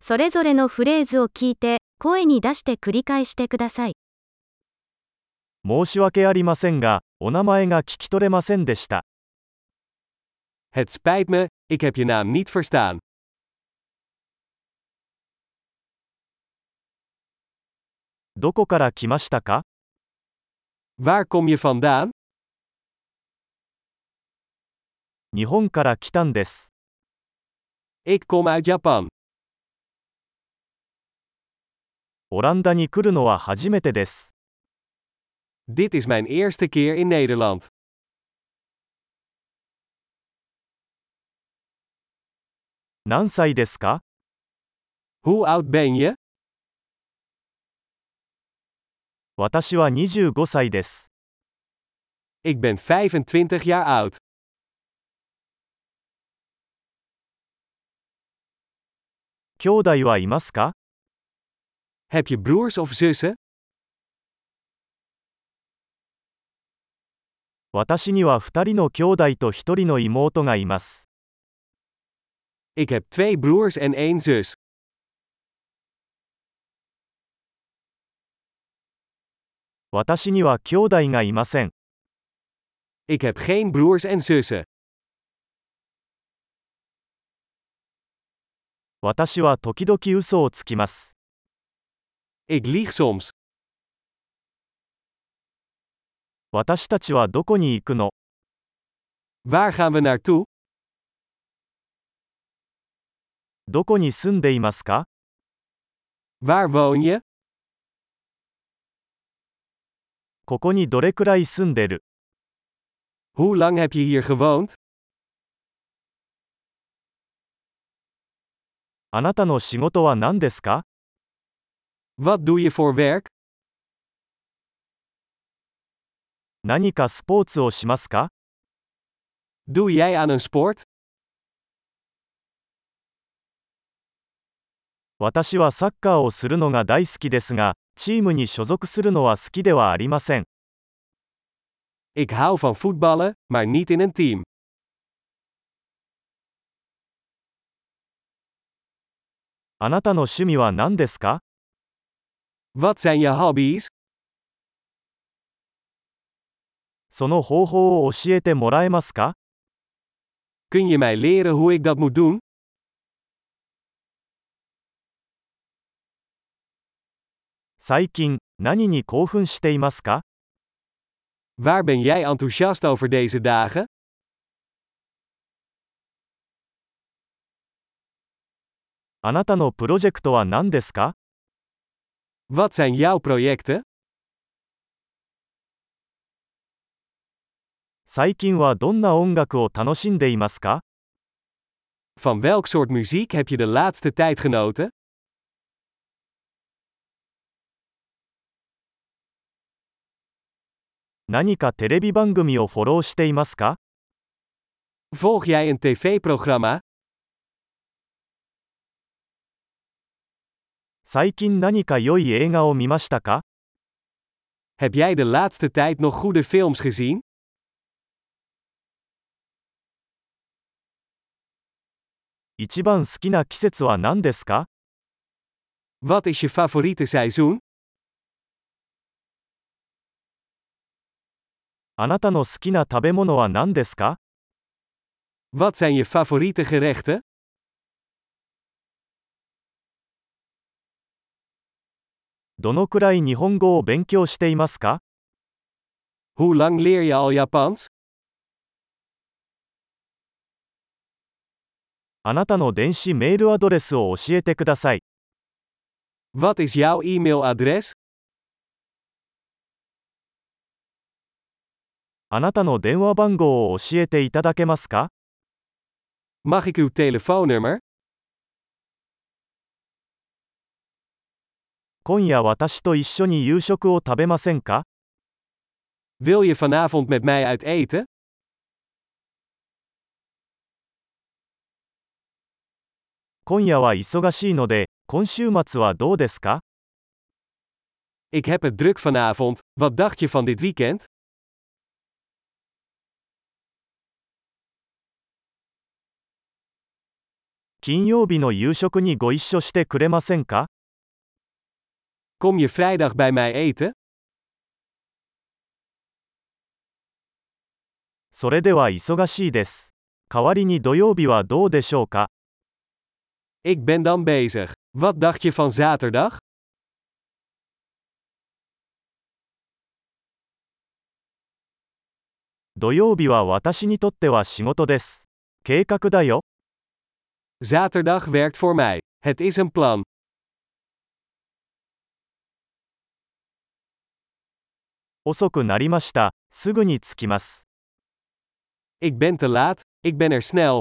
それぞれのフレーズを聞いて、声に出して繰り返してください。申し訳ありませんが、お名前が聞き取れませんでした。 Het spijt me, ik heb je naam niet verstaan. どこから来ましたか Waar kom je vandaan? 日本から来たんです。 Ik kom uit Japan. オランダに来るのは初めてです。 Dit is mijn eerste keer in Nederland. 何歳ですか Hoe oud ben je? 私は25歳です。 Ik ben 25 jaar oud. 兄弟はいますか Heb je broers of zussen? 私には2人の兄弟と1人の妹がいます。 Ik heb twee broers en één zus. 私には兄弟がいません。 Ik heb geen broers en zussen. 私は時々嘘をつきます。 Ik lieg soms. 私たちはどこに行くの Waar gaan we naartoe? どこに住んでいますか Waar woon je? ここにどれくらい住んでる Hoe lang heb je hier gewoond? あなたの仕事は何ですか Wat doe je voor werk? 何かスポーツをしますか Doe jij aan een sport? 私はサッカーをするのが大好きですが、チームに所属するのは好きではありません。 Ik hou van voetballen, maar niet in een team. あなたの趣味は何ですか Wat zijn je hobby's? その方法を教えてもらえますか Kun je mij leren hoe ik dat moet doen? 最近、何に興奮していますか Waar ben jij enthousiast over deze dagen? あなたのプロジェクトは何ですか Wat zijn jouw projecten? 最近はどんな音楽を楽しんでいますか Van welk soort muziek heb je de laatste tijd genoten? 何かテレビ番組をフォローしていますか Volg jij een tv-programma? 最近何か良い映画を見ましたか Heb jij de laatste tijd nog goede films gezien? 一番好きな季節は何ですか Wat is je favoriete seizoen? あなたの好きな食べ物は何ですか Wat zijn je favoriete gerechten? どのくらい日本語を勉強していますか Hoe lang leer je al Japans? あなたの電子メールアドレスを教えてください。 Wat is jouw e-mailadres? あなたの電話番号を教えていただけますか Mag ik uw telefoonnummer? 今夜私と一緒に夕食を食べませんか Wil je vanavond met mij uit eten? 今夜は忙しいので、今週末はどうですか Ik heb het druk vanavond, wat dacht je van dit weekend? 昨金曜日の夕食にご一緒してくれませんか Kom je vrijdag bij mij eten? それでは忙しいです。代わりに土曜日はどうでしょうか Ik ben dan bezig. Wat dacht je van zaterdag? 土曜日は私にとっては仕事です。計画だよ。 Zaterdag werkt voor mij. Het is een plan. 遅くなりました。すぐに着きます。 Ik ben te laat, ik ben er snel.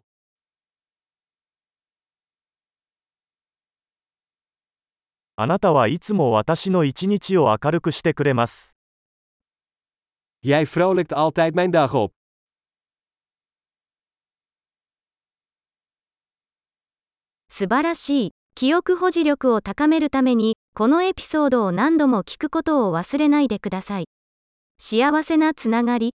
あなたはいつも私の一日を明るくしてくれます。 Jij vrolijkt altijd mijn dag op. 素晴らしい。記憶保持力を高めるために、このエピソードを何度も聞くことを忘れないでください。幸せなつながり。